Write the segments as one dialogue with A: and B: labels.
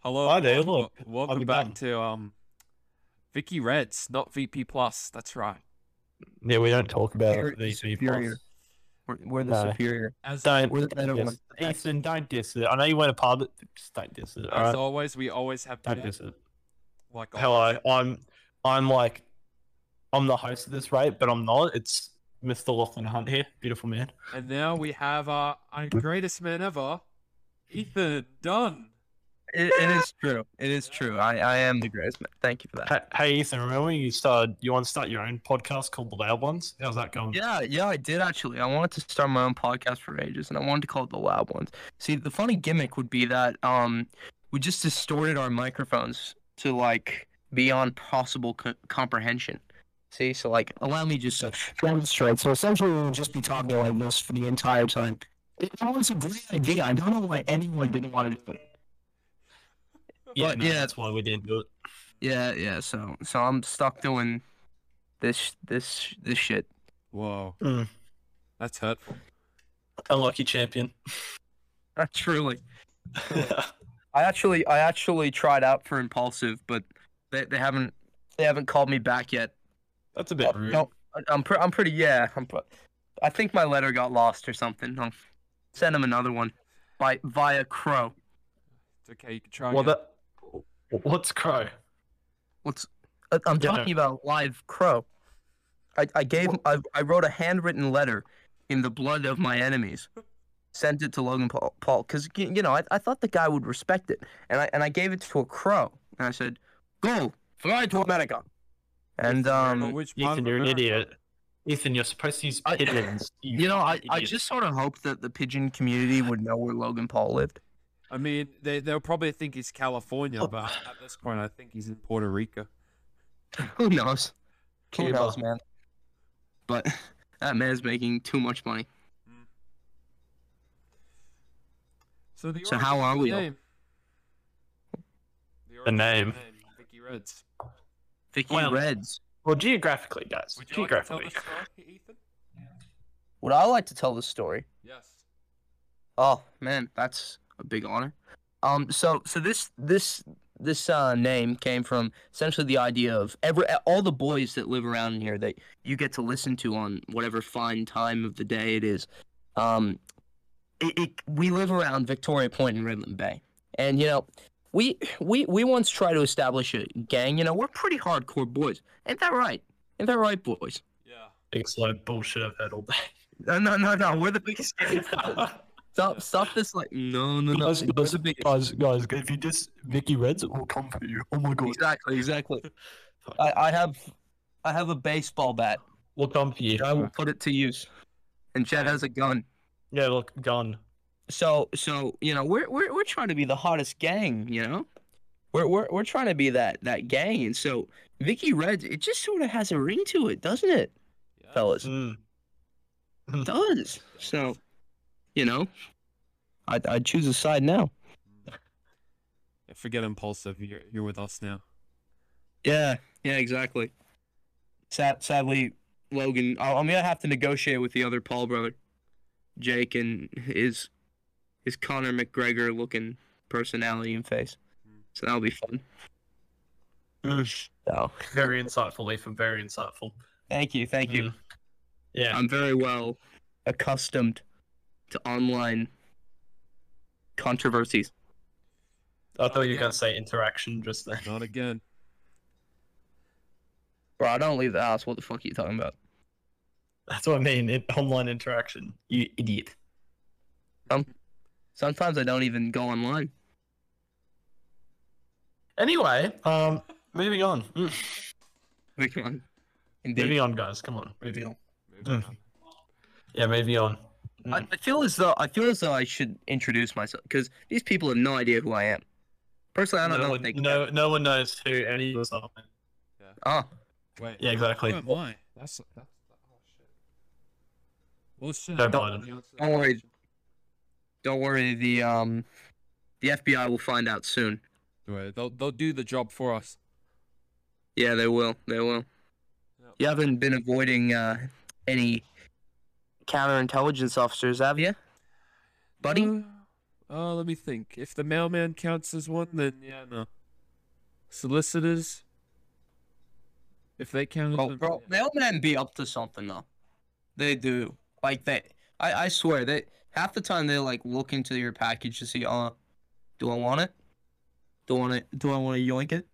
A: Hello.
B: Hi there, look,
A: wel- Welcome
B: I'm
A: back
B: done.
A: to um, Vicky Reds, not VP Plus. That's right.
B: Yeah, we don't talk about
C: Very
B: VP
C: superior.
B: plus.
C: We're, we're the
B: No.
C: superior.
A: As,
B: Don't
C: We're the better
B: diss.
C: one.
B: Ethan, don't diss it. I know you went to pub, but just don't diss it.
A: as
B: All right?
A: always, we always have to
B: Don't diss it.
A: like
B: Hello, I'm I'm like I'm the host at this rate, but I'm not. It's Mr. Lachlan Hunt here. Beautiful man.
A: And now we have our, our greatest man ever, Ethan Dunn.
C: It, it is true. It is true. I, I am the greatest man. Thank you for that.
B: Hey, hey Ethan, remember when you started you want to start your own podcast called The Loud Ones? How's that going?
C: Yeah, yeah, I did actually. I wanted to start my own podcast for ages, and I wanted to call it the Loud Ones. See, the funny gimmick would be that um, we just distorted our microphones to like beyond possible co- comprehension. See, so like, allow me just to demonstrate. So essentially, we'll just be talking like this for the entire time. It was a great idea. I don't know why anyone didn't want to do it.
B: yeah,
C: but
B: no,
C: yeah.
B: that's why we didn't do it.
C: Yeah, yeah. So, so I'm stuck doing this, this, this shit.
A: Whoa.
B: Mm.
A: That's hurtful.
B: Unlucky champion.
C: Truly. I actually I actually tried out for impulsive, but they, they haven't they haven't called me back yet.
B: that's a bit rude.
C: No, I- I'm pre- I'm pretty yeah. I'm pre- I think my letter got lost or something. I'll send them another one by via Crow.
A: It's okay. You can try.
B: well
A: again.
B: that what's crow?
C: What's I- I'm
B: Yeah, no.
C: talking about live Crow. I, I gave I, I wrote a handwritten letter in the blood of my enemies. Sent it to Logan Paul- Paul because you know I, I thought the guy would respect it, and I and I gave it to a crow, and I said, "Go fly to America," and
A: But
C: um,
A: which part
B: Ethan,
A: of
B: you're an
A: America?
B: idiot. Ethan, you're supposed to use
C: I-
B: pigeons.
C: you know I, I
B: idiot.
C: just sort of hoped that the pigeon community would know where Logan Paul lived.
A: I mean, they, they'll probably think he's California,
B: Oh.
A: but at this point, I think he's in Puerto Rico.
C: Who knows? Who
B: Cuba.
C: knows, man? But that man's making too much money.
A: So, the
C: So
A: origin
C: how
A: of
C: are
A: the
C: we all-
A: Name. The, origin of
B: name.
A: Vicky Reds.
C: Vicky
B: Well-
C: Reds.
B: Well, geographically, guys.
A: Would you like to tell
B: Geographically.
A: the story, Ethan?
C: Would I like to tell this story?
A: Yes.
C: Oh man, that's a big honor. Um, so so this this this uh, name came from essentially the idea of every all the boys that live around here that you get to listen to on whatever fine time of the day it is. Um, it, it, we live around Victoria Point in Redland Bay, and you know. We, we we once tried to establish a gang. You know, we're pretty hardcore boys. Ain't that right? Ain't that right, boys?
A: Yeah.
B: It's like bullshit I've heard all day.
C: No, no, no, no. We're the biggest gang.
A: Yeah.
C: stop, stop this. Like, no, no, no.
B: Guys,
C: We're the biggest.
B: guys, guys, if you just Vicky Reds, it will come for you. Oh my god,
C: Exactly, exactly. I, I have I have a baseball bat.
B: we'll come for you.
C: I will put it to use. And Chad has a gun.
B: Yeah, look, gun.
C: So so you know we're we're we're trying to be the hottest gang. You know, we're we're we're trying to be that that gang. And so Vicky Reds, it just sort of has a ring to it, doesn't it,
A: yeah.
C: fellas?
B: Mm.
C: It does. So, you know, I I choose a side now.
A: Yeah, Forget impulsive. You're, you're with us now.
C: Yeah, yeah, exactly. Sad, sadly, Logan, I- I'm gonna have to negotiate with the other Paul brother, Jake, and his his Connor McGregor looking personality and face. So that'll be fun. So
B: Very insightful, Ethan. Very insightful.
C: thank you, thank you.
B: Mm. Yeah.
C: I'm very well accustomed to online controversies.
B: I thought you were going to say interaction just then.
A: Not again.
C: Bro, I don't leave the house. What the fuck are you talking about?
B: That's what I mean. In- online interaction. You idiot.
C: Sometimes I don't even go online.
B: Anyway, um, moving on. Mm.
C: Come on. Indeed.
B: Moving on, guys. Come on. Moving on.
A: Moving
B: Mm.
A: on.
B: Yeah, moving on.
C: I, I feel as though I feel as though I should introduce myself because these people have no idea who I am. Personally, I don't
B: no
C: know
B: One,
C: what they.
B: no, no one knows who any of us are.
C: Oh,
A: Wait.
B: Yeah, exactly.
A: Who am I? That's that's oh shit. Well, shit.
B: Joe
A: I don't
B: Biden.
A: know the answer to
C: Don't
A: that
C: worry.
A: question.
C: don't worry. The um, the FBI will find out soon.
A: Wait, they'll they'll do the job for us.
C: Yeah, they will. They
A: Yep.
C: will. You haven't been avoiding uh, any counterintelligence officers, have you, buddy?
A: Uh, Uh, let me think. If the mailman counts as one, then yeah, no. Solicitors. If they count as
C: Bro,
A: them,
C: Oh, bro,
A: yeah.
C: mailmen be up to something though. They do. Like they, I, I swear they half the time they like look into your package to see, uh, do I want it? Do I want it? Do I want to yoink it?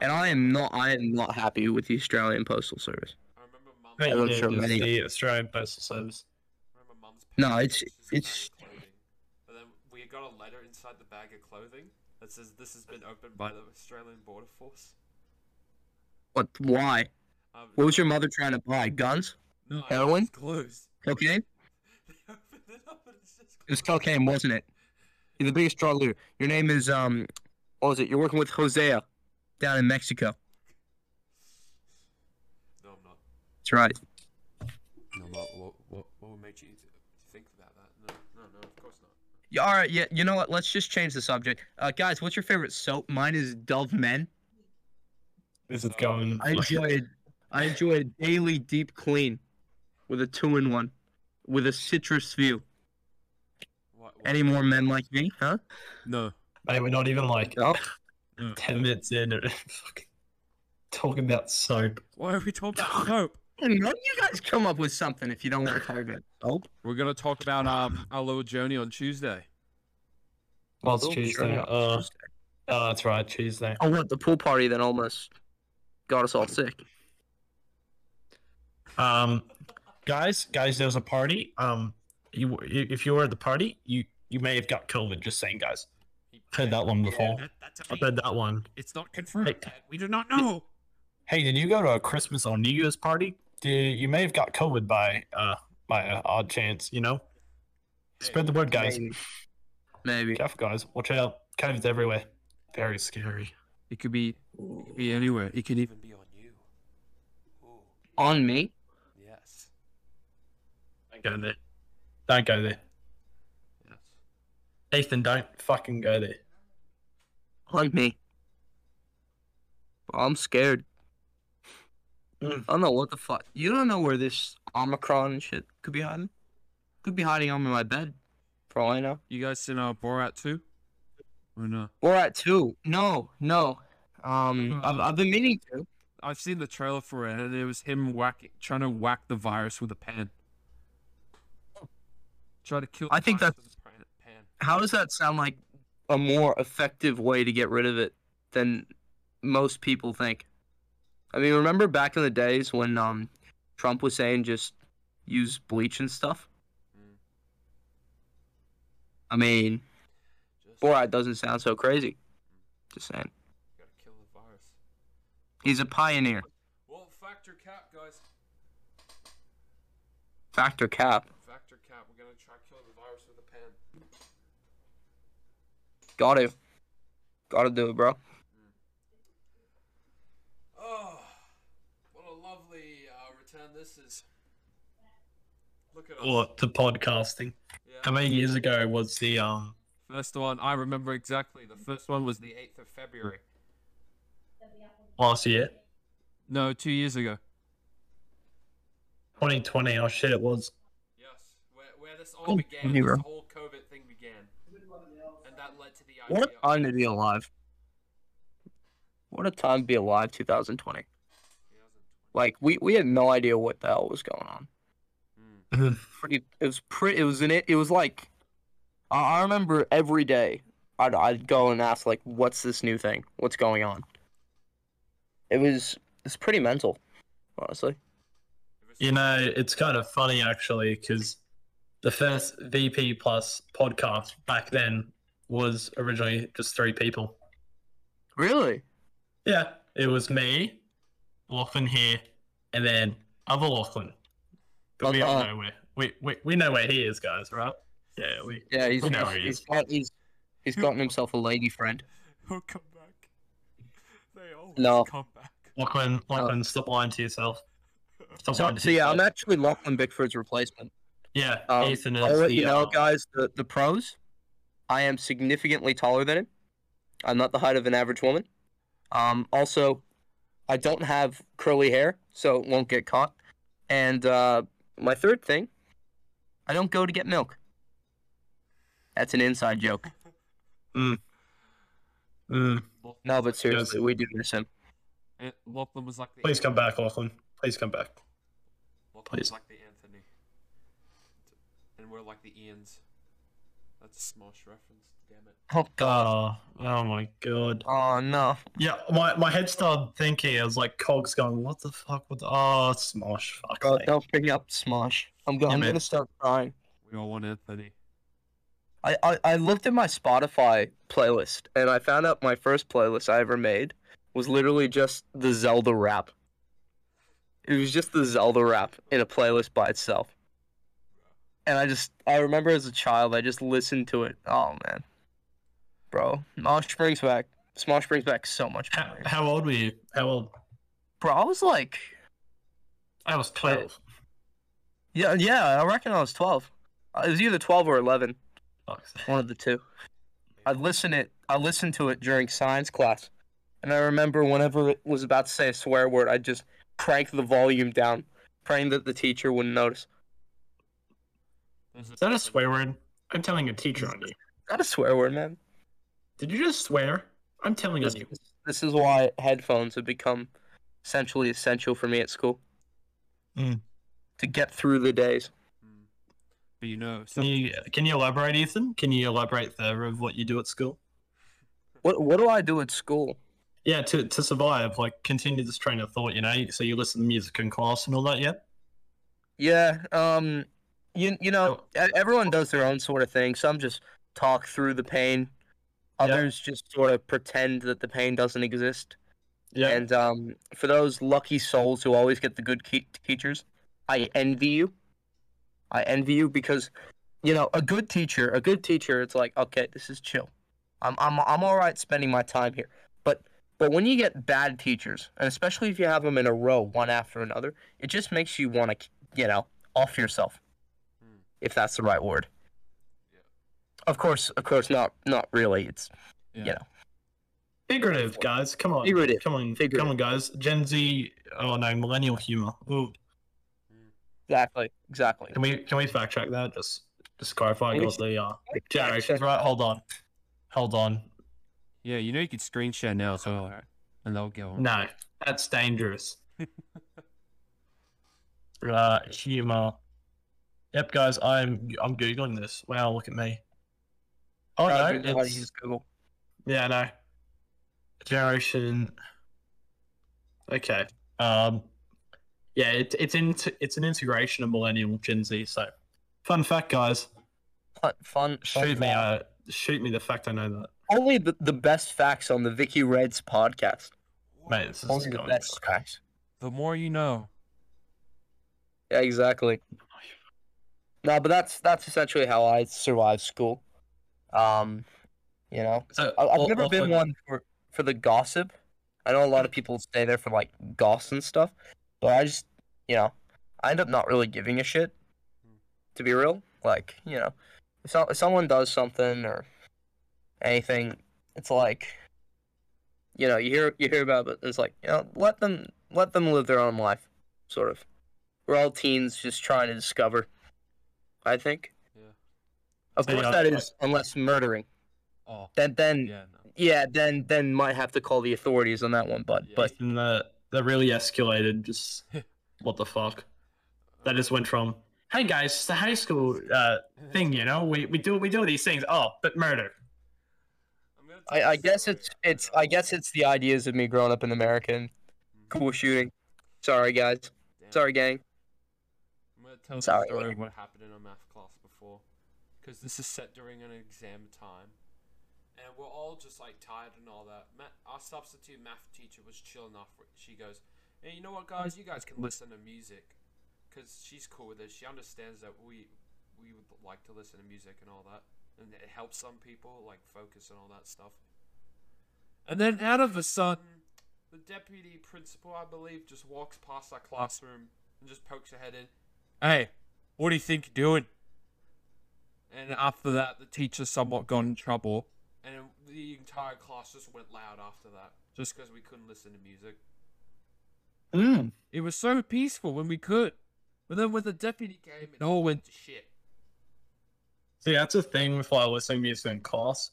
C: And I am not. I am not happy with the Australian Postal Service.
A: I remember mum.
B: I think
C: I'm
B: it
C: sure
B: is
C: many-
B: the Australian Postal Service.
A: I remember mum's
C: No,
A: packing
C: it's-
A: boxes of
C: it's-
A: bag of clothing. And then we got a letter inside the bag of clothing that says this has been opened by the Australian Border Force.
C: What? Why?
A: Um,
C: What was your mother trying to buy? Guns?
A: no, I-
C: heroin?
A: It's closed.
C: Cocaine?
A: They opened it up and it's just
C: It was cocaine, wasn't it? You're the biggest drug leader. Your name is um, what was it? You're working with Hosea, down in Mexico.
A: No, I'm not.
C: That's right.
A: No, I'm not. What, what, what would make you think about that? No, no, no, of course not.
C: Yeah, all right, yeah, you know what? Let's just change the subject. Uh, guys, what's your favorite soap? Mine is Dove Men.
B: This is going.
C: Oh, I enjoy it. I enjoy a daily deep clean with a two in one, with a citrus view.
A: What, what-
C: Any more men like me, huh?
A: No.
B: Mate, we're not even like
C: No.
A: No.
B: ten minutes in and fucking talking about soap.
A: Why are we talking about soap?
C: And why don't you guys come up with something if you don't want to talk about soap?
A: We're gonna talk about um our little journey on Tuesday.
B: Well, it's
C: Oh,
B: Tuesday.
C: sure.
B: Uh, oh, that's right, Tuesday.
C: I went to the pool party that almost got us all sick.
B: Um, guys, guys, there was a party. Um, you if you were at the party, you you may have got COVID. Just saying, guys. Heard that one before.
A: That, that's a
B: I've
A: thing.
B: heard that one.
A: It's not confirmed.
B: Hey.
A: We do not know.
B: Hey, did you go to a Christmas or New Year's party? Did, you may have got COVID by uh by an odd chance. You know, spread the word, guys.
C: Maybe. Maybe.
B: Careful, guys. Watch out. COVID's everywhere. Very scary.
A: It could be, it could be anywhere. It could even be on you. Ooh,
C: On me?
A: yes,
B: Don't go there. Don't go there.
A: yes.
B: Ethan, don't fucking go there.
C: On me. Bro, I'm scared.
B: Mm.
C: I don't know what the fuck. You don't know where this Omicron and shit could be hiding. Could be hiding under my bed, for all I know.
A: You guys seen our Borat too? Or no?
C: Or at two. No, no. Um, I've, I've been meaning to.
A: I've seen the trailer for it, and it was him whacking, trying to whack the virus with a pen. Try to kill.
C: I
A: the
C: think
A: virus with a pan- pan.
C: How does that sound like a more effective way to get rid of it than most people think? I mean, remember back in the days when um, Trump was saying just use bleach and stuff?
A: Mm.
C: I mean,
A: Just
C: Borat doesn't sound so crazy. Just saying.
A: gotta kill the virus.
C: He's a pioneer.
A: Well, factor cap, guys.
C: Factor cap.
A: Factor cap. We're gonna try to kill the virus with a pen.
C: Gotta. Gotta do it, bro.
A: Oh, what a lovely uh, return this is. Look at us.
B: Or to podcasting. How
A: Yeah.
B: many years ago was the um?
A: First one, I remember exactly. The first one was the 8th of February.
B: last year,
A: No, two years ago.
B: 2020. Oh shit, it was.
A: Yes, where, where this all began,
C: hero.
A: this whole COVID thing began. And that led to the idea.
C: What a time to be alive. What a time to be alive, 2020. Like we, we had no idea what the hell was going on. Pretty, it was pretty. It was in it. It was like, I, I remember every day. I'd I'd go and ask like, what's this new thing? What's going on? It was it's pretty mental, honestly.
B: You know, it's kind of funny actually because the first VP plus podcast back then was originally just three people.
C: Really?
B: Yeah, it was me, Lachlan here, and then other Lachlan. But we all
C: Uh-huh.
B: know where we, we we know where he is, guys, right? Yeah, we
C: Yeah, he's
B: We know
C: he's,
B: he
C: he's
B: is.
C: got he's he's gotten himself a lady friend.
A: He'll come back. They always
C: No.
A: come back.
B: Lachlan, Lachlan, stop lying to yourself. Stop
C: Oh. So,
B: lying to
C: so yeah, I'm
B: yourself.
C: actually Lachlan Bickford's replacement.
B: yeah,
C: Um,
B: Ethan is
C: I'll let
B: the,
C: you know,
B: uh,
C: guys, the, the pros. I am significantly taller than him. I'm not the height of an average woman. Um, also, I don't have curly hair, so it won't get caught. And uh, my third thing, I don't go to get milk. That's an inside joke.
B: Mm.
C: No, but seriously, we do miss him.
A: And Eh, Lachlan was like the
B: Please come back, Lachlan. Please come back.
A: Lachlan was
B: please.
A: like the Anthony, and we're like the Ians. That's a Smosh reference. Damn it.
C: Oh
B: Oh, oh my god.
C: Oh no.
B: Yeah, my, my head started thinking. I was like, cogs going, what the fuck? What the? Oh, smosh. Fuck.
C: Bro, don't bring up Smosh. I'm going.
B: Yeah,
C: I'm
B: man.
C: gonna start crying.
A: We all want Anthony.
C: I, I I looked at my Spotify playlist and I found out my first playlist I ever made was literally just the Zelda rap. It was just the Zelda rap in a playlist by itself. And I just I remember as a child I just listened to it. Oh man. Bro, Smosh brings back Smosh brings back so much
B: How,
C: memories.
B: how old were you? How old?
C: Bro, I was like
B: I was 12.
C: yeah, yeah, I reckon I was 12. I was either 12 or 11,
B: Fuck's sake.
C: one of the two. I listen it. I listened to it during science class, and I remember whenever it was about to say a swear word, I just cranked the volume down, praying that the teacher wouldn't notice.
A: There's
B: Is that a swear word? I'm telling a teacher on you.
C: Not a swear word, man.
B: Did you just swear? I'm telling on
C: This,
B: you.
C: this is why headphones have become essentially essential for me at school.
B: Mm.
C: To get through the days.
A: Mm. But you know,
B: Can
A: some,
B: you uh, can you elaborate, Ethan? Can you elaborate further of what you do at school?
C: What What do I do at school?
B: Yeah, to, to survive, like continue this train of thought, you know. So you listen to music in class and all that, yeah.
C: Yeah. Um. You You know, e- everyone does their own sort of thing. Some just talk through the pain.
B: Yeah.
C: Others just sort of pretend that the pain doesn't exist.
B: Yeah.
C: And um, for those lucky souls who always get the good ke- teachers, I envy you. I envy you because, you know, a good teacher, a good teacher, it's like, okay, this is chill. I'm, I'm, I'm all right spending my time here. But, but when you get bad teachers, and especially if you have them in a row, one after another, it just makes you want to, you know, off yourself,
A: Hmm.
C: if that's the right word.
A: Yeah.
C: Of course, of course, not, not really. It's
A: yeah.
C: yeah.
B: Figurative, guys. Come on.
C: Figurative.
B: Come on.
C: Figurative.
B: Come on, guys. Gen Z. Oh no, millennial humor. Ooh.
C: exactly, exactly.
B: Can we can we fact check that? Just just clarify.
C: Maybe
B: Got the uh, generations right. Hold on. Hold on.
A: Yeah, you know you could screen share now as well, right? And they'll go on.
B: No, that's dangerous. uh, humor. Yep, guys. I'm I'm googling this. Wow, look at me. Oh
C: How
B: no,
C: to how to
B: it's,
C: use Google.
B: Yeah, no. Generation. Okay. Um. Yeah, it, it's in, it's an integration of millennial Gen Z. So, fun fact, guys.
C: fun, fun, fun
B: Shoot me.
C: fact.
B: Uh, shoot me the fact I know that.
C: Only the, the best facts on the Vicky Reds podcast.
B: Mate, this is
C: Only the
B: going
C: best
B: well.
C: facts.
A: The more you know.
C: Yeah, exactly. No, but that's that's essentially how I survived school. Um, you know,
B: So,
C: I, I've
B: Lach-
C: never been
B: Lachlan-
C: one for for the gossip. I know a lot of people stay there for like goss and stuff, but I just, you know, I end up not really giving a shit. To be real, like you know, if, so, if someone does something or anything, it's like, you know, you hear you hear about it. It's like you know, let them let them live their own life, sort of. We're all teens just trying to discover. I think.
A: Yeah.
C: Of
B: So,
C: course,
B: yeah,
C: that
B: I-
C: is unless murdering.
A: Oh.
C: Then then
A: Yeah. No.
C: yeah, then then might have to call the authorities on that one, bud.
A: Yeah.
C: But
B: And that that really escalated. Just what the fuck? That just went from hey guys, it's the high school uh, thing. You know, we, we do we do these things. Oh, but murder.
A: I'm gonna
C: I,
A: tell
C: I
A: you a
C: guess
A: story
C: it's
A: I
C: it's
A: got.
C: I guess it's the ideas of me growing up in America and cool shooting. Sorry guys.
A: Damn.
C: Sorry gang.
A: I'm gonna tell
C: Sorry.
A: the story of what happened in our math class before, because this is set during an exam time, and we're all just like tired and all that. Ma- our substitute math teacher was chill enough. where She goes, "Hey, you know what, guys? You guys can listen to music, because she's cool with it. She understands that we we would like to listen to music and all that, and it helps some people like focus and all that stuff." And then out of a sudden, the deputy principal, I believe, just walks past our classroom and just pokes her head in. Hey, what do you think you're doing? And after that, the teacher somewhat got in trouble, and the entire class just went loud after that, just because we couldn't listen to music.
B: Mm.
A: It was so peaceful when we could, but then when the deputy came, it all went to shit.
B: See, that's a thing with like listening music in class.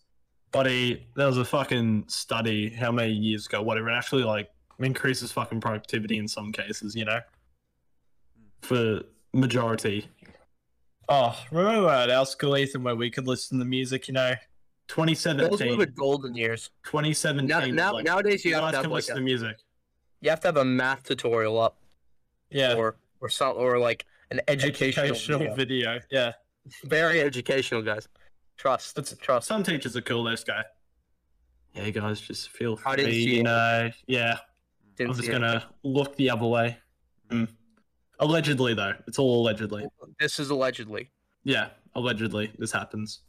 B: Buddy, there was a fucking study how many years ago, whatever, it actually like increases fucking productivity in some cases, you know? For majority. Oh, remember at our school, Ethan, where we could listen to music, you know?
C: Those were
B: 2017.
C: the golden years.
B: 2017.
C: Now, now,
B: like,
C: nowadays you
B: you
C: have
B: guys
C: to have
B: can
C: like
B: listen
C: a,
B: to music.
C: you have to have a math tutorial up
B: Yeah.
C: or or some or like an educational, video.
B: video. Yeah.
C: very educational guys. Trust.
B: It's-
C: trust.
B: Some teachers are cool, this guy. Yeah, you guys just feel
C: I didn't
B: free,
C: see
B: you
C: it.
B: know. Yeah.
C: Didn't
B: I'm just
C: see it.
B: gonna look the other way. Mm. Allegedly, though, it's all allegedly.
C: This is allegedly.
B: Yeah, allegedly, this happens.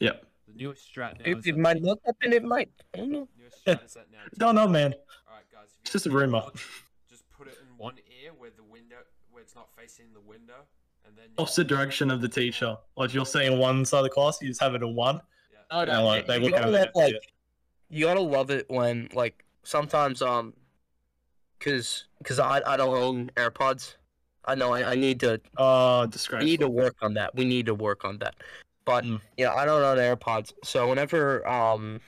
B: Yep.
A: The newest strat now.
C: It,
A: is that-
C: it might not happen. It might. I don't know.
A: newest strat is that now.
B: Don't know, man.
A: Alright, guys. if you
B: It's just a
A: have
B: rumor.
A: earbuds, Just put it in one ear where the window, where it's not facing the window, and then. you-
B: Opposite direction of the teacher. Like you're seeing one side of the class, you just have it in one.
A: Yeah.
C: No,
B: And like, they
C: you
B: look
C: gotta
B: over
C: let,
B: there.
C: like,
B: yeah.
C: you gotta love it when like sometimes um, cause cause I I don't own AirPods. I know I, I need to
B: Oh,
C: I need
B: disgraceful.
C: to work on that. We need to work on that. But
B: Mm.
C: yeah, I don't own AirPods, so whenever um,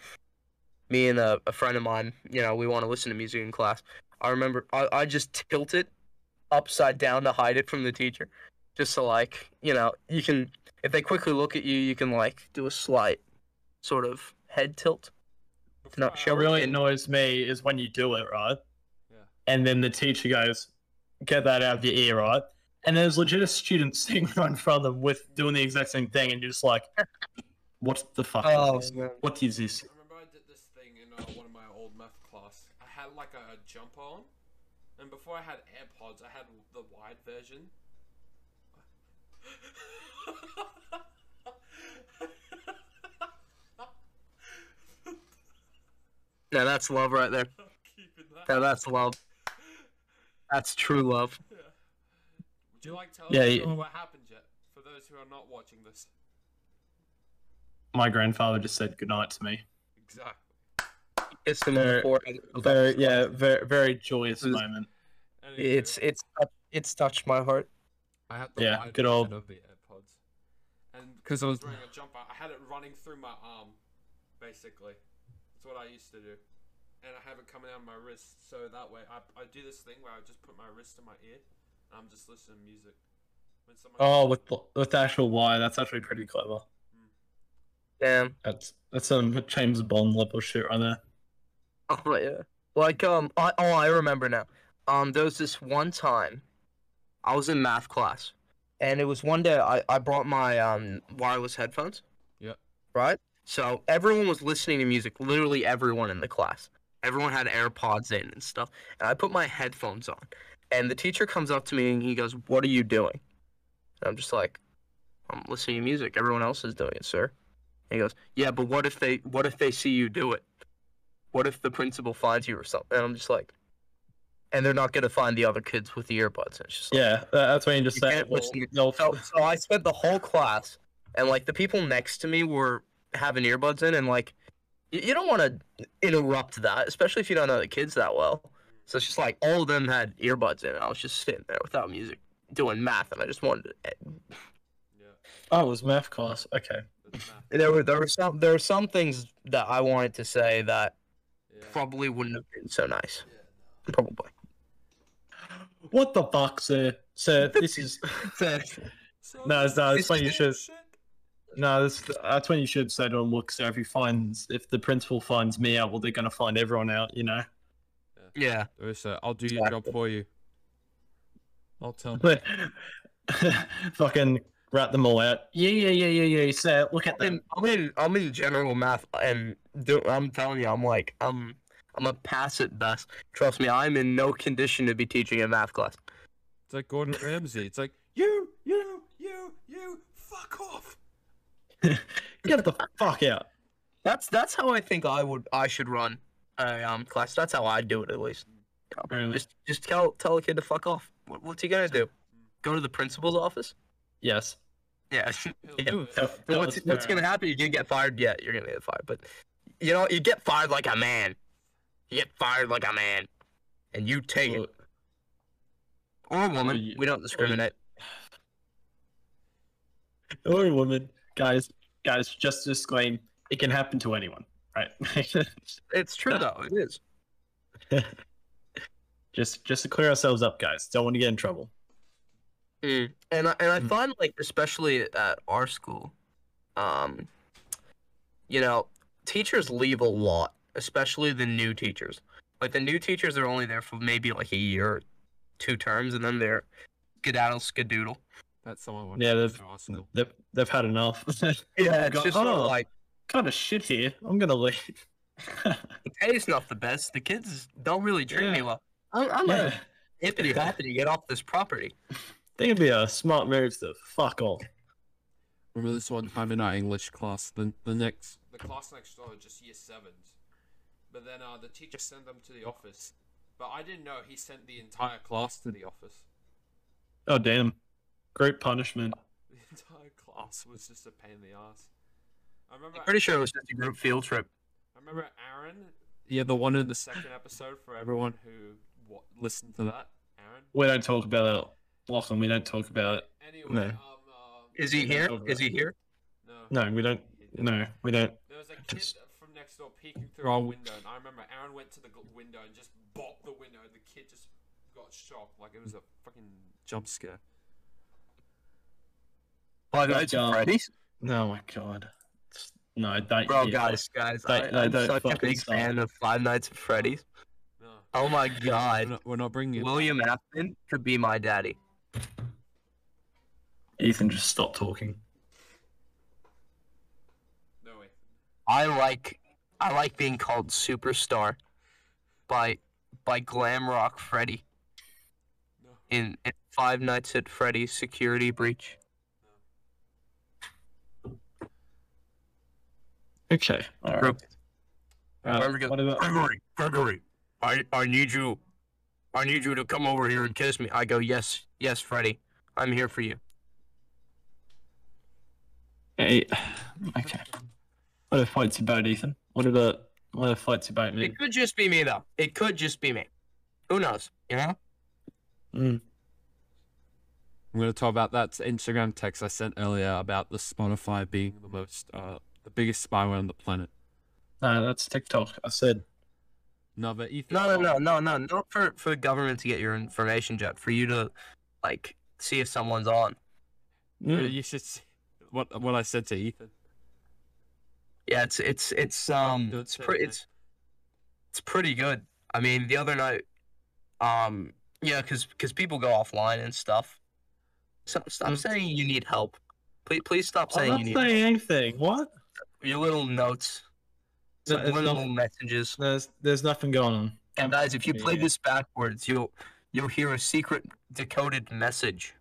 C: me and a, a friend of mine, you know, we want to listen to music in class, I remember I, I just tilt it upside down to hide it from the teacher, just so like you know you can if they quickly look at you, you can like do a slight sort of head tilt.
A: Before
C: not
A: I-
B: What
C: show
B: really annoys me is when you do it right,
A: Yeah.
B: and then the teacher goes, "Get that out of your ear," right? And there's legit a student sitting right in front of them with doing the exact same thing, and you're just like, "What the fuck? is this?
C: Oh, man.
B: What is this?"
A: I remember I did this thing in uh, one of my old math class. I had like a jumper on, and before I had AirPods, I had the wide version.
C: No, that's love right there.
A: I'm keeping that.
C: No, that's love. That's true love.
A: Yeah. Would you like to tell
B: Yeah,
A: us
B: you-
A: what happened yet? For those who are not watching this.
B: My grandfather just said goodnight to me.
A: Exactly.
C: Kiss him on the
B: Very-
C: forehead.
B: Very, yeah, very, very joyous
C: It was-
B: moment.
A: Anyway,
C: It's it's it's touched my heart.
A: I had the
B: yeah,
A: wide
B: good
A: version
B: old-
A: of the AirPods, and because I was wearing a jumper, I had it running through my arm, basically. That's what I used to do, and I have it coming out of my wrist. So that way, I, I do this thing where I just put my wrist in my ear, and I'm just listening to music. When someone
B: Oh, with the, with the actual wire, that's actually pretty clever.
C: Damn.
B: That's that's some James Bond level shit right there.
C: Oh yeah. Like um I oh I remember now. Um there was this one time I was in math class and it was one day I, I brought my um wireless headphones.
A: Yeah.
C: Right? So everyone was listening to music, literally everyone in the class. Everyone had AirPods in and stuff. And I put my headphones on. And the teacher comes up to me and he goes, What are you doing? And I'm just like, I'm listening to music. Everyone else is doing it, sir. And he goes, Yeah, but what if they what if they see you do it? what if the principal finds you or something? And I'm just like, and they're not gonna find the other kids with the earbuds. And it's just like,
B: Yeah, that- that's when you just
C: You
B: say,
C: can't
B: well,
C: listen to-
B: no,
C: so, so I spent the whole class, and like the people next to me were having earbuds in, and like, you, you don't want to interrupt that, especially if you don't know the kids that well. So it's just like all of them had earbuds in, and I was just sitting there without music, doing math, and I just wanted to. eh,
A: Yeah,
B: oh, it was math class. Okay.
A: that's math.
C: There were there were some there were some things that I wanted to say that
A: Yeah.
C: probably wouldn't have been so nice,
A: yeah no.
C: probably.
B: What the fuck, sir? Sir, this is
A: So
B: No, it's not, it's
A: this
B: when you
A: is
B: should-
A: shit.
B: no. This, that's when you should say to him, look, sir, if he finds, if the principal finds me out, well, they're gonna find everyone out, you know.
C: yeah.
A: Ursa, I'll do your job for you. I'll tell.
B: But fucking rat them all out. Yeah, yeah, yeah, yeah, yeah. Sir, look at
C: in,
B: them.
C: I'm in I'm in general math and do, I'm telling you I'm like I'm I'm a pass at best. Trust me, I'm in no condition to be teaching a math class.
A: It's like Gordon Ramsay. It's like you, you, you, you. Fuck off.
B: Get the fuck out.
C: That's that's how I think I would I should run a um class. That's how I do it at least.
B: Really?
C: Just just tell tell a kid to fuck off. What, what's he gonna do? Go to the principal's office?
B: Yes.
C: Yeah.
A: He'll
C: yeah.
A: do it.
B: That- that
C: What's
B: was
C: what's
B: fair.
C: gonna happen? You can get fired. Yeah, you're gonna get fired. But you know you get fired like a man. You get fired like a man, and you take it.
B: Look,
C: Or a woman.
B: you-
C: we don't discriminate.
B: Or a woman. guys, guys, just to disclaim, it can happen to anyone, right?
C: It's true though. It is.
B: just just to clear ourselves up, guys. Don't want to get in trouble.
C: Mm. And I, and I
B: Mm.
C: find like especially at our school, um, you know, teachers leave a lot, especially the new teachers. Like the new teachers are only there for maybe like a year, or two terms, and then they're skedaddle skedoodle.
A: That's someone went
B: Yeah,
A: to
B: they've-
A: our school.
B: They've, they've had enough. it's
C: Yeah, it's
B: God.
C: just sort of
B: Oh.
C: like
B: kind of shit here. I'm gonna leave.
C: the pay's not the best. The kids don't really treat me
B: Yeah.
C: well. I'm, I'm
B: yeah,
C: a hippity hoppity get off this property.
B: think it'd be a smart move to fuck off.
A: Remember this one time in our English class, the, the next the class next door was just year sevens. But then uh, the teacher sent them to the office. But I didn't know he sent the entire class to the office.
B: Oh damn, great punishment.
A: The entire class was just a pain in the ass. I remember
C: I'm pretty sure it was just a group field trip.
A: I remember Aaron. Yeah, the one in the second episode for everyone who wa listened to that. Aaron.
B: We don't talk about it, Lachlan. We don't talk about it.
A: Anyway,
B: No.
A: um, um,
C: Is he here?
B: over
C: Is
B: that.
C: he here?
A: No.
B: No, we don't. No, we don't.
A: There was a kid from next door peeking through our window, and I remember Aaron went to the gl- window and just bopped the window. and The kid just got shocked, like it was a fucking jump scare.
C: Five
B: Nights at Freddy's? No, Oh my god. No, don't.
C: Bro,
B: yeah.
C: guys, guys,
B: They-
C: I,
B: they
C: I'm
B: don't
C: such a
B: fucking
C: big
B: stop.
C: fan of Five Nights at Freddy's.
A: No.
C: Oh my
A: We're
C: god,
A: not, we're not bringing it.
C: William Afton could be my daddy.
B: Ethan, just stop talking.
A: No way.
C: I like, I like being called superstar, by, by glam rock Freddy
A: No.
C: in, in Five Nights at Freddy's Security Breach.
B: Okay. All right.
C: Group.
B: Uh,
C: Where we go?
B: what about,
C: Gregory, Gregory, I, I need you, I need you to come over here and kiss me. I go, yes, yes, Freddy, I'm here for you.
B: hey, okay. What are fights about, Ethan? What are the what are fights about me?
C: It could just be me though. It could just be me. Who knows? You know.
B: Mm.
A: I'm going to talk about that Instagram text I sent earlier about the Spotify being the most, uh, the biggest spyware on the planet.
B: No, that's TikTok. I said.
A: No, but Ethan.
C: No, no, no, no, no. Not for for the government to get your information, Jet. For you to, like, see if someone's on.
A: You-
B: Mm.
A: You should see what what I said to Ethan.
C: Yeah, it's it's it's um
A: Don't
C: it's
A: say
C: pretty
A: anything.
C: it's it's pretty good. I mean, the other night, um, yeah, because people go offline and stuff. So, stop
B: Mm.
C: saying you need help. Please, please stop
B: I'm
C: saying
B: not
C: you need
B: saying anything. What?
C: your little notes,
B: No, it's
C: subliminal
B: not-
C: messages.
B: There's there's nothing going on.
C: And guys, if you play
B: Yeah.
C: this backwards, you'll you'll hear a secret decoded message.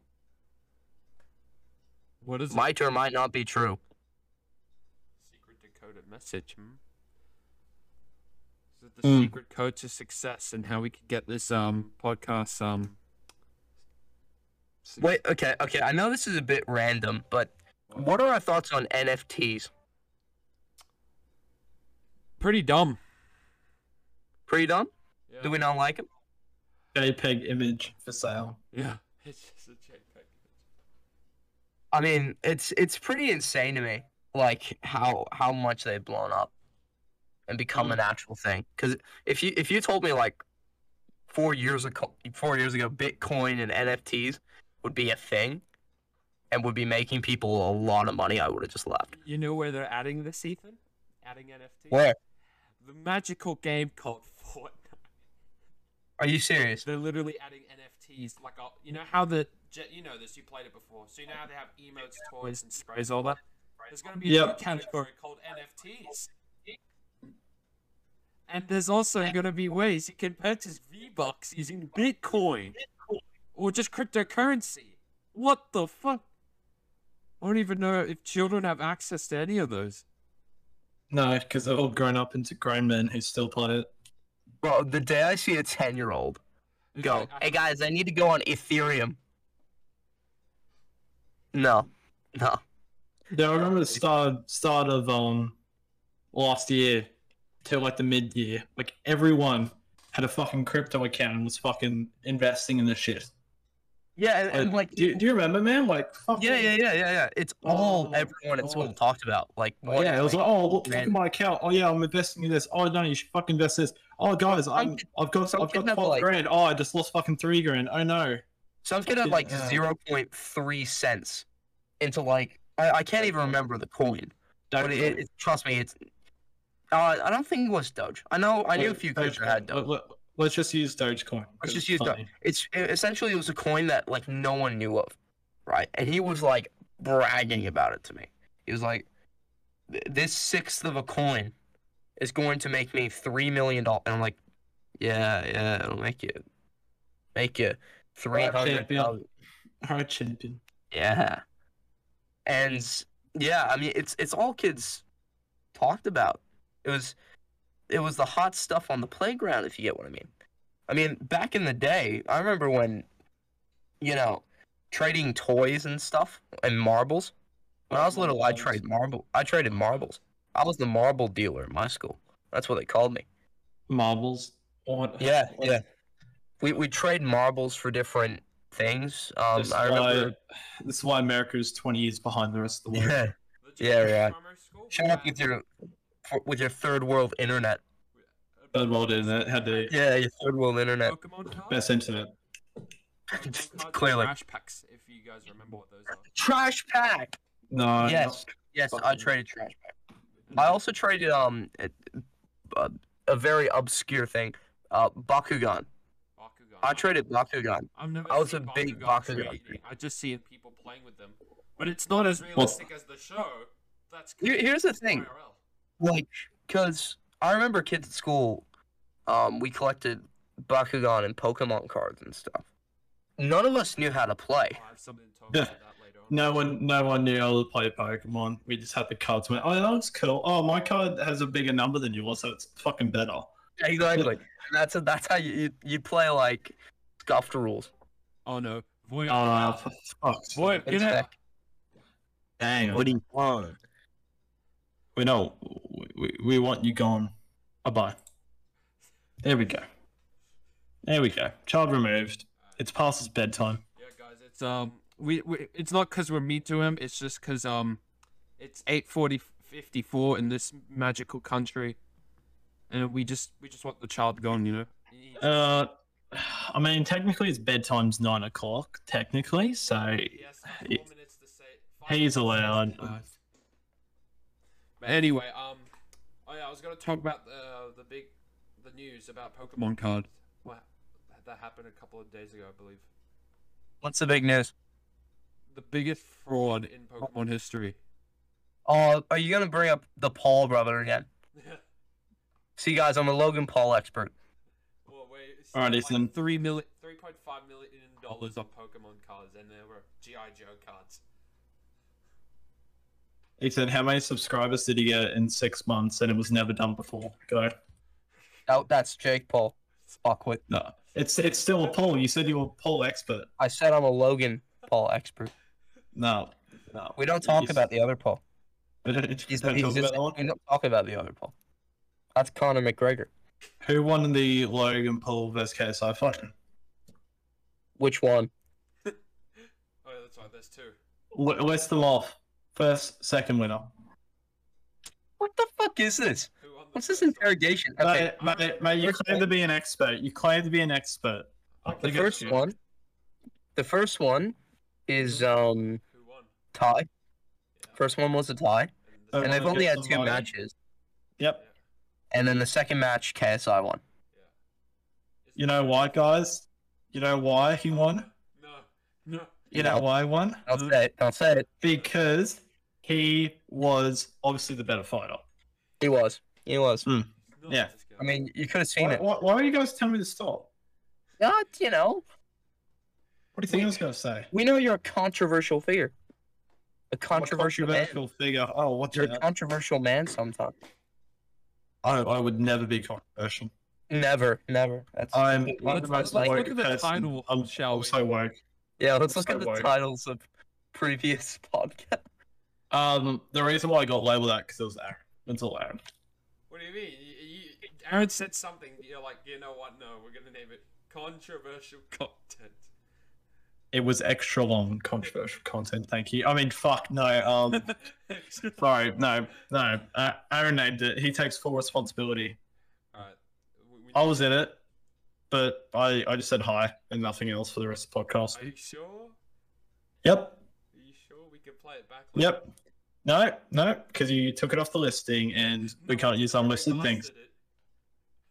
A: What is
C: Might or might not be true.
A: it? Secret decoded message. Hmm? Is it the
B: Hmm.
A: secret code to success and how we could get this um podcast um? suc-
C: Wait, okay, okay. I know this is a bit random, but what are our thoughts on NFTs?
A: Pretty dumb.
C: Pretty dumb?
A: Yeah.
C: Do we not like them?
B: JPEG image for sale.
A: Yeah. It's just a JPEG.
C: I mean, it's it's pretty insane to me, like how how much they've blown up and become an actual thing. Because if you if you told me like four years ago, four years ago, Bitcoin and NFTs would be a thing and would be making people a lot of money, I would have just laughed.
A: You know where they're adding this, Ethan? Adding NFT.
C: Where?
A: The magical game called Fortnite.
C: Are you serious?
A: They're literally adding NFTs, like uh, you know how the jet. You know this. You played it before, so you know how they have emotes, toys, and sprays, all that. There's going to be a new
B: Yep.
A: category called NFTs, and there's also going to be ways you can purchase V Bucks using Bitcoin or just cryptocurrency. What the fuck? I don't even know if children have access to any of those.
B: No, because they're all grown up into grown men who still play it.
C: Bro, the day I see a ten year old
A: It's
C: go,
A: like, I-
C: hey guys, I need to go on Ethereum. No, no.
B: Yeah, I remember the start start of um last year till like the mid year, like everyone had a fucking crypto account and was fucking investing in this shit.
C: Yeah, and, and like
B: do, you- do you remember, man? Like, fuck
C: yeah, yeah, yeah, yeah, yeah. It's all
B: Oh,
C: everyone at school
B: God.
C: talked about. Like
B: Oh, yeah, it was
C: like,
B: like, oh, look, look at
C: man.
B: my account. Oh, yeah, I'm investing in this. Oh, no, you should fucking invest this. Oh, guys,
C: Some
B: I'm,
C: kid-
B: I've got,
C: some
B: I've
C: kid
B: got
C: never,
B: 12
C: like-
B: grand. Oh, I just lost fucking three grand. Oh, no.
C: some kid had
B: fucking,
C: like
B: uh,
C: zero point three cents into like I, I can't even remember the coin.
B: Don't
C: But it, it, trust me, it's. Uh, I don't think it was Doge. I know I knew a few kids that had Doge.
B: Let, us just use Dogecoin.
C: Let's
B: 'cause
C: just
B: it's
C: use Doge.
B: funny.
C: It's it, essentially it was a coin that like no one knew of, right? And he was like bragging about it to me. He was like, "Th- "This sixth of a coin is going to make me three million dollars." And I'm like, "Yeah, yeah, it'll make you, make you three hundred
B: champion.
C: thousand.
B: All right, champion.
C: Yeah. And yeah, I mean it's it's all kids talked about. It was it was the hot stuff on the playground if you get what I mean. I mean, back in the day, I remember when you know, trading toys and stuff and marbles. When I was little, I
B: trade.
C: traded marble. I traded marbles. I was the marble dealer in my school. That's what they called me.
B: Marbles. On,
C: Yeah, yeah. We we trade marbles for different things. Um,
B: This, is
C: I remember.
B: why, this is why America is 20 years behind the rest of the world.
C: Yeah.
A: Legit,
C: Yeah, yeah.
A: Primary school? uh,
C: Shut up with your for- with your third world internet.
B: Third world internet had the
C: Yeah, your third world internet.
A: Pokemon cards?
B: best internet.
A: Pokemon
C: Just
A: cards and
C: clearly.
A: Trash packs, if you guys remember what those are.
C: Trash pack.
B: No.
C: Yes, yes, I
B: Fucking-
C: traded trash pack. I also traded um a, a- a very obscure thing, uh Bakugan.
A: Bakugan.
C: I traded Bakugan.
A: I've never
C: I was
A: seen
C: a big Bakugan
A: trading. I just see people playing with them. But it's not as realistic as the show. That's
C: Here- here's the thing.
A: IRL.
C: Like, cause I remember kids at school, um, we collected Bakugan and Pokemon cards and stuff. None of us knew how to play.
A: I have something to talk about that later on.
B: No one, no one knew how to play Pokemon. We just had the cards. Went, oh, that looks cool. Oh, my card has a bigger number than yours, so it's fucking better.
C: Exactly. That's that's how you you, you play like scuffed rules.
A: Oh no. Void.
B: Oh, no, for fuck's sake.
A: Void, you
C: It's
A: know,
C: back.
B: Dang.
D: What do you want?
B: We know. We, we, we want you gone. Bye bye. There we go. There we go. Child removed. It's past his bedtime.
A: Yeah, guys, it's um, we, we it's not because we're mean to him. It's just because um, it's eight forty fifty four in this magical country, and we just we just want the child gone, you know. He- he-
B: Uh, I mean, technically, his bedtime's nine o'clock. Technically, so
A: he has like four
B: it-
A: minutes to say- five minutes
B: he's
A: to say
B: allowed.
A: his goodbyes. But anyway, um, oh yeah, I was gonna talk about the the big the news about Pokemon card. What that happened a couple of days ago, I believe.
C: What's the big news?
A: The biggest fraud in Pokemon history.
C: Oh, are you gonna bring up the Paul brother again? See, guys, I'm a Logan Paul expert.
A: Well, wait, it's
B: Alright, Ethan.
A: three million, three point five million dollars on Pokemon cards, and there were GI Joe cards.
B: he said, "How many subscribers did he get in six months?" And it was never done before. Go.
C: Oh, that's Jake Paul. Fuck with.
B: No, it's it's still a poll. You said you were a poll expert.
C: I said I'm a Logan Paul expert.
B: No, no.
C: We don't talk
B: He's-
C: about the other Paul.
B: We don't,
C: He's,
B: don't
C: he's
B: talk
C: just-
B: about that one.
C: we don't talk about the other Paul. That's Conor McGregor.
B: Who won the Logan Paul versus KSI fight?
C: Which one?
A: Oh, yeah, that's right. There's two.
B: L- list them off. First, second winner.
C: What the fuck is this?
A: Who won the
C: What's this
A: first one?
C: interrogation? Okay,
B: Mate, mate, mate, you
C: First
B: claim to be an expert. You claim to be an expert.
C: the
B: Look at
C: first
B: you.
C: one. The first one is um
A: Who won?
C: tie.
A: Yeah.
C: First one was a tie,
A: And the
B: Oh,
C: and
A: second-
C: they've
B: wanna
C: only
B: get
C: had two
B: somebody.
C: matches.
B: Yep.
A: yeah,
C: And then the second match, KSI won.
A: yeah.
B: You know why, guys? You know why he won?
A: No, no.
B: You know
C: No.
B: why he won?
C: I'll say it. I'll say it.
B: Because he was obviously the better fighter.
C: He was. He was.
A: it's not
B: Yeah.
A: this guy.
C: I mean, you could have seen
B: Why,
C: it.
B: why, why are you guys telling me to stop?
C: Not, you know,
B: What do you think I was going to say?
C: we know you're a controversial figure. A controversial,
B: Controversial,
C: man.
B: figure. Oh, what?
C: You're a controversial man sometimes.
B: I, I would never be controversial.
C: Never, never. That's
B: I'm,
C: Let's-
B: I'm the
A: let's-
B: most
A: let's
B: woke
A: look at the
B: person.
A: title,
B: I'm,
A: shall
B: I'm
A: we?
B: so woke.
C: yeah. Let's look
B: so
C: at the
B: woke.
C: titles of previous podcasts.
B: Um, the reason why I got labeled that because it was Aaron. It's all Aaron.
A: What do you mean? You, you- Aaron said something. You're like, you know what? No, we're gonna name it controversial content.
B: It was extra long controversial content. Thank you. I mean, fuck no. Um, sorry, no, no. Uh, Aaron named it. He takes full responsibility.
A: Alright. We, we
B: I was in it, but I I just said hi and nothing else for the rest of the podcast.
A: Are you sure?
B: Yep,
A: Are you sure we can play it back? later?
B: yep. No, no, because you took it off the listing and we
A: No,
B: can't use
A: I
B: unlisted
A: relisted
B: things.
A: it.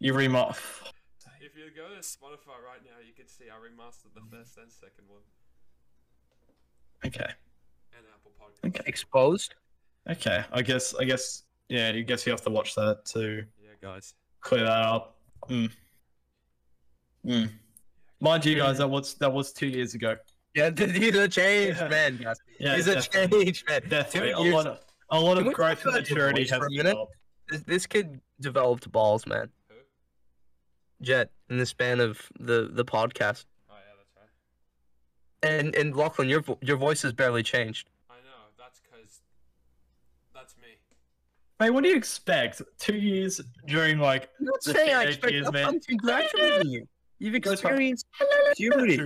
B: You remod.
A: If you go to Spotify right now, you can see I remastered the first and second one,
B: Okay,
A: and Apple Podcast.
B: okay.
C: Exposed.
B: Okay, I guess I guess yeah, I guess you have to watch that to
A: Yeah, guys.
B: clear that up. Mm. Mm. Mind you, guys, that was that was two years ago.
C: Yeah, these are change, man. guys.
B: Yeah,
C: These are
B: definitely.
C: change, man.
B: Definitely.
C: Two
B: A
C: years-
B: lot of a lot
C: Can
B: of
C: we
B: growth
C: talk
B: and
C: about your
B: maturity
C: voice
B: has
C: for a minute?
B: developed.
C: This, this kid developed balls, man.
A: Who?
C: Jet in the span of the the podcast.
A: Oh yeah, that's right.
C: And and Lachlan, your vo- your voice has barely changed.
A: I know. That's because that's me.
B: Mate, what do you expect? Two years during like
C: I'm not
B: The
C: saying I
B: teenage
C: expect
B: years,
C: nothing.
B: man.
C: I'm congratulating you. You've
B: That's fine.
C: experienced puberty.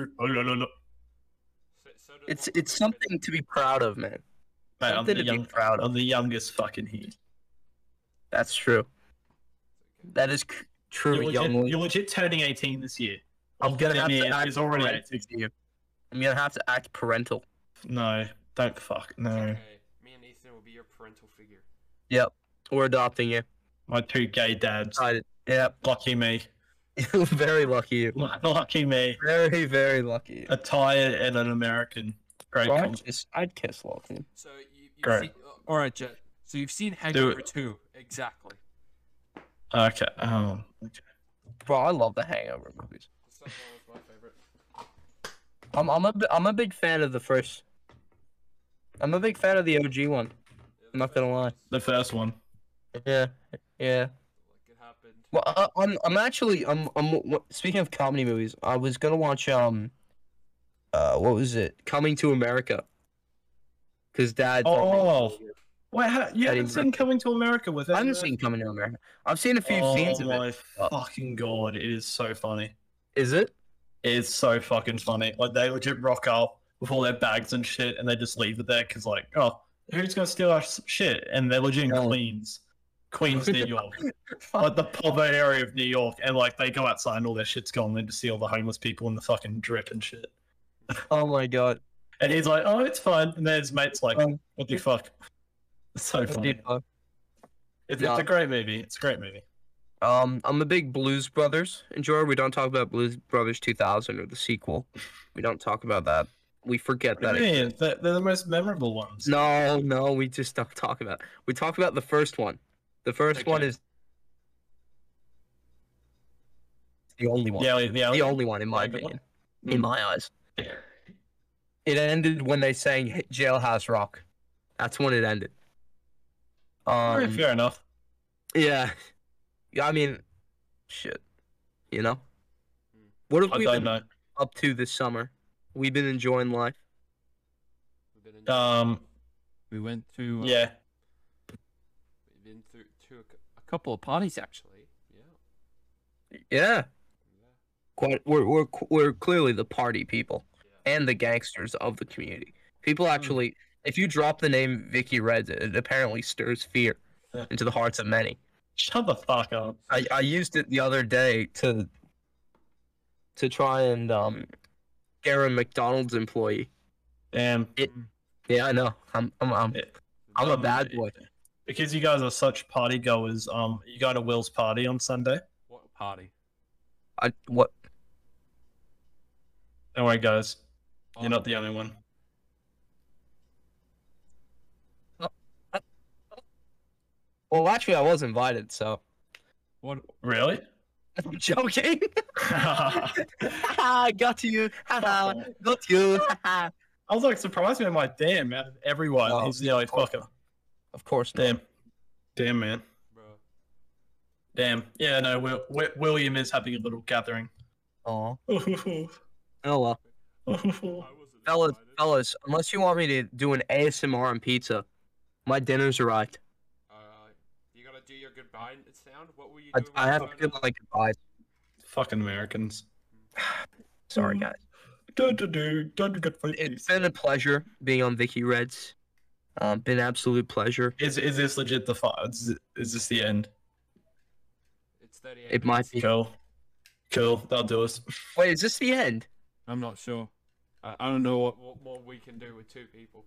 A: So, so did
C: It's
A: Lachlan
C: it's
A: Fitz-
C: something to be proud of, man.
B: Mate, I'm
C: Something
B: the,
C: to be
B: young,
C: proud of.
B: I'm the youngest fucking here.
C: That's true. That is c-
B: You're
C: true,
B: legit,
C: youngling.
B: you're legit turning 18 this year.
C: I'm gonna have
B: Danny
C: to act
B: is already
C: parental
B: 18.
C: to you. I'm gonna have to act parental.
B: No, don't fuck.
C: Uh,
A: It's
B: No,
A: Okay. uh, Me and Ethan will be your parental figure.
C: Yep. We're adopting you.
B: my two gay dads.
C: I, yep.
B: Lucky me.
C: very lucky you.
B: Lucky me.
C: Very, very lucky.
B: A Thai and an American. Great.
C: Well,
B: Well,
C: I'd kiss, I'd kiss Lachlan.
A: So you. You've
B: Great.
A: Seen, uh, all right, Jet. So you've seen
B: Hangover
A: Hangover Two, exactly.
B: okay. Um, okay.
C: Bro, I love the Hangover movies.
A: That's not one of my favorite.
C: I'm I'm a bi- I'm a big fan of the first. I'm a big fan of the OG one.
A: Yeah,
C: I'm not gonna lie.
B: The first one.
C: Yeah, yeah.
A: Like it happened.
C: Well, I, I- I'm I'm actually I'm I'm w- speaking of comedy movies. I was gonna watch um, uh, what was it? Coming to America. Cause dad. told me-
B: Oh, Wait, how, you
C: I
B: haven't
C: didn't-
B: seen Coming to America with
C: I
B: it?
C: haven't seen Coming to America. I've seen a few
B: oh
C: scenes of it.
B: my fucking god, it is so funny.
C: Is it?
B: It is so fucking funny. Like they legit rock up with all their bags and shit, and they just leave it there because like, oh, who's gonna steal our s- shit? And they're legit in
C: No.
B: Queens, Queens, New York, like the poor area of New York, and like they go outside and all their shit's gone, and they just see all the homeless people in the fucking drip and shit.
C: Oh my god.
B: And he's like, oh, it's fine. And then his mate's like,
C: Um,
B: what the fuck? It's so funny.
C: dude, uh,
B: It's,
C: Yeah.
B: it's a great movie. It's a great movie.
C: Um, I'm a big Blues Brothers enjoyer. We don't talk about Blues Brothers 2000 or the sequel. We don't talk about that. We forget
B: What
C: that.
B: do you mean? They're, they're the most memorable ones.
C: No, no, we just don't talk about. We talk about the first one. The first one
B: Okay.
C: is the only one.
B: Yeah, like, yeah. like-
C: the only one in my
B: Yeah, good
C: opinion.
B: one.
C: In
B: Mm.
C: my eyes, it ended when they sang "Hit Jailhouse Rock." That's when it ended.
B: Yeah,
C: Um,
B: fair enough.
C: yeah. Yeah, I mean, shit. You know, what have
B: Hmm. I
C: we
B: don't
C: been
B: know.
C: up to this summer? We've been enjoying life.
A: We've been in-
C: uh,
B: Um,
A: we went to. uh,
B: yeah.
A: We've been through to a, cou- a couple of parties actually. Yeah.
C: Yeah,
A: Yeah.
C: quite. We're we're we're clearly the party people. and the gangsters of the community. People actually, if you drop the name Vicky Reds, it apparently stirs fear
B: Yeah.
C: into the hearts of many.
B: Shut the fuck up.
C: I, I used it the other day to to try and um scare a McDonald's employee.
B: Damn.
C: Yeah, I know. I'm I'm I'm, I'm a bad boy.
B: Because you guys are such party goers, um, you go to Will's party on Sunday.
A: What party?
C: I what
B: Don't worry, guys. You're not the only one.
C: well actually I was invited, so
A: What?
B: Really?
C: I'm joking.
B: I
C: Haha, got you. Haha,
B: Fuck off.
C: got you. Haha.
B: was like surprised. Man, I'm like, damn, out of everyone,
C: Oh,
B: he's the only fucker.
C: Of course not.
B: Damn. Damn, man.
A: Bro.
B: Damn. Yeah, no. Will, Wi- William is having a little gathering.
C: Aw.
B: oh,
C: Oh well.
A: wasn't
C: Fellas, fellas, unless you want me to do an ASMR on pizza, my dinner's arrived.
A: Uh, you gotta do your goodbye n- sound. What were you
C: I,
A: doing?
C: I
A: with
C: have
A: the
C: to
A: phone?
C: do my goodbyes.
B: Fucking Americans.
C: Sorry,
B: Mm.
C: guys. It's been a pleasure being on Vicky Reds. Um, been an absolute pleasure.
B: Is is this legit the fi- Is, is this the end?
A: It's 38.
C: It might be.
B: Cool. Cool. That'll do us.
C: Wait, is this the end?
A: I'm not sure. I, I don't know what, what more we can do with two people.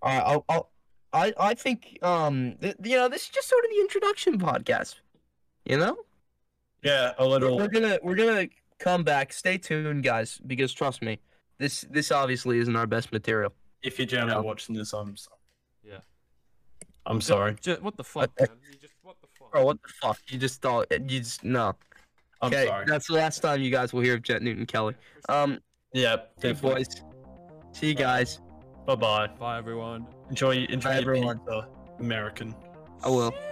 C: All right, I'll, I'll, I, I think, um, th- you know, this is just sort of the introduction podcast. You know,
B: Yeah, a
C: We're-
B: little.
C: we're gonna, we're gonna come back. Stay tuned, guys, because trust me, this, this obviously isn't our best material.
B: If you're generally watching this, I'm. s-
A: Yeah.
B: I'm sorry.
A: Just, what the fuck,
C: Okay.
A: man? You just what the fuck?
C: Bro, what the fuck? You just thought, you just no.
B: I'm
C: okay,
B: sorry.
C: that's the last time you guys will hear of Jet Newton Kelly. Um,
B: Yeah.
C: good
B: Definitely.
C: boys. See you guys.
B: Bye bye.
A: Bye everyone.
B: Enjoy. Enjoy
C: Bye,
B: your
C: everyone.
B: pizza, American.
C: I will.
A: See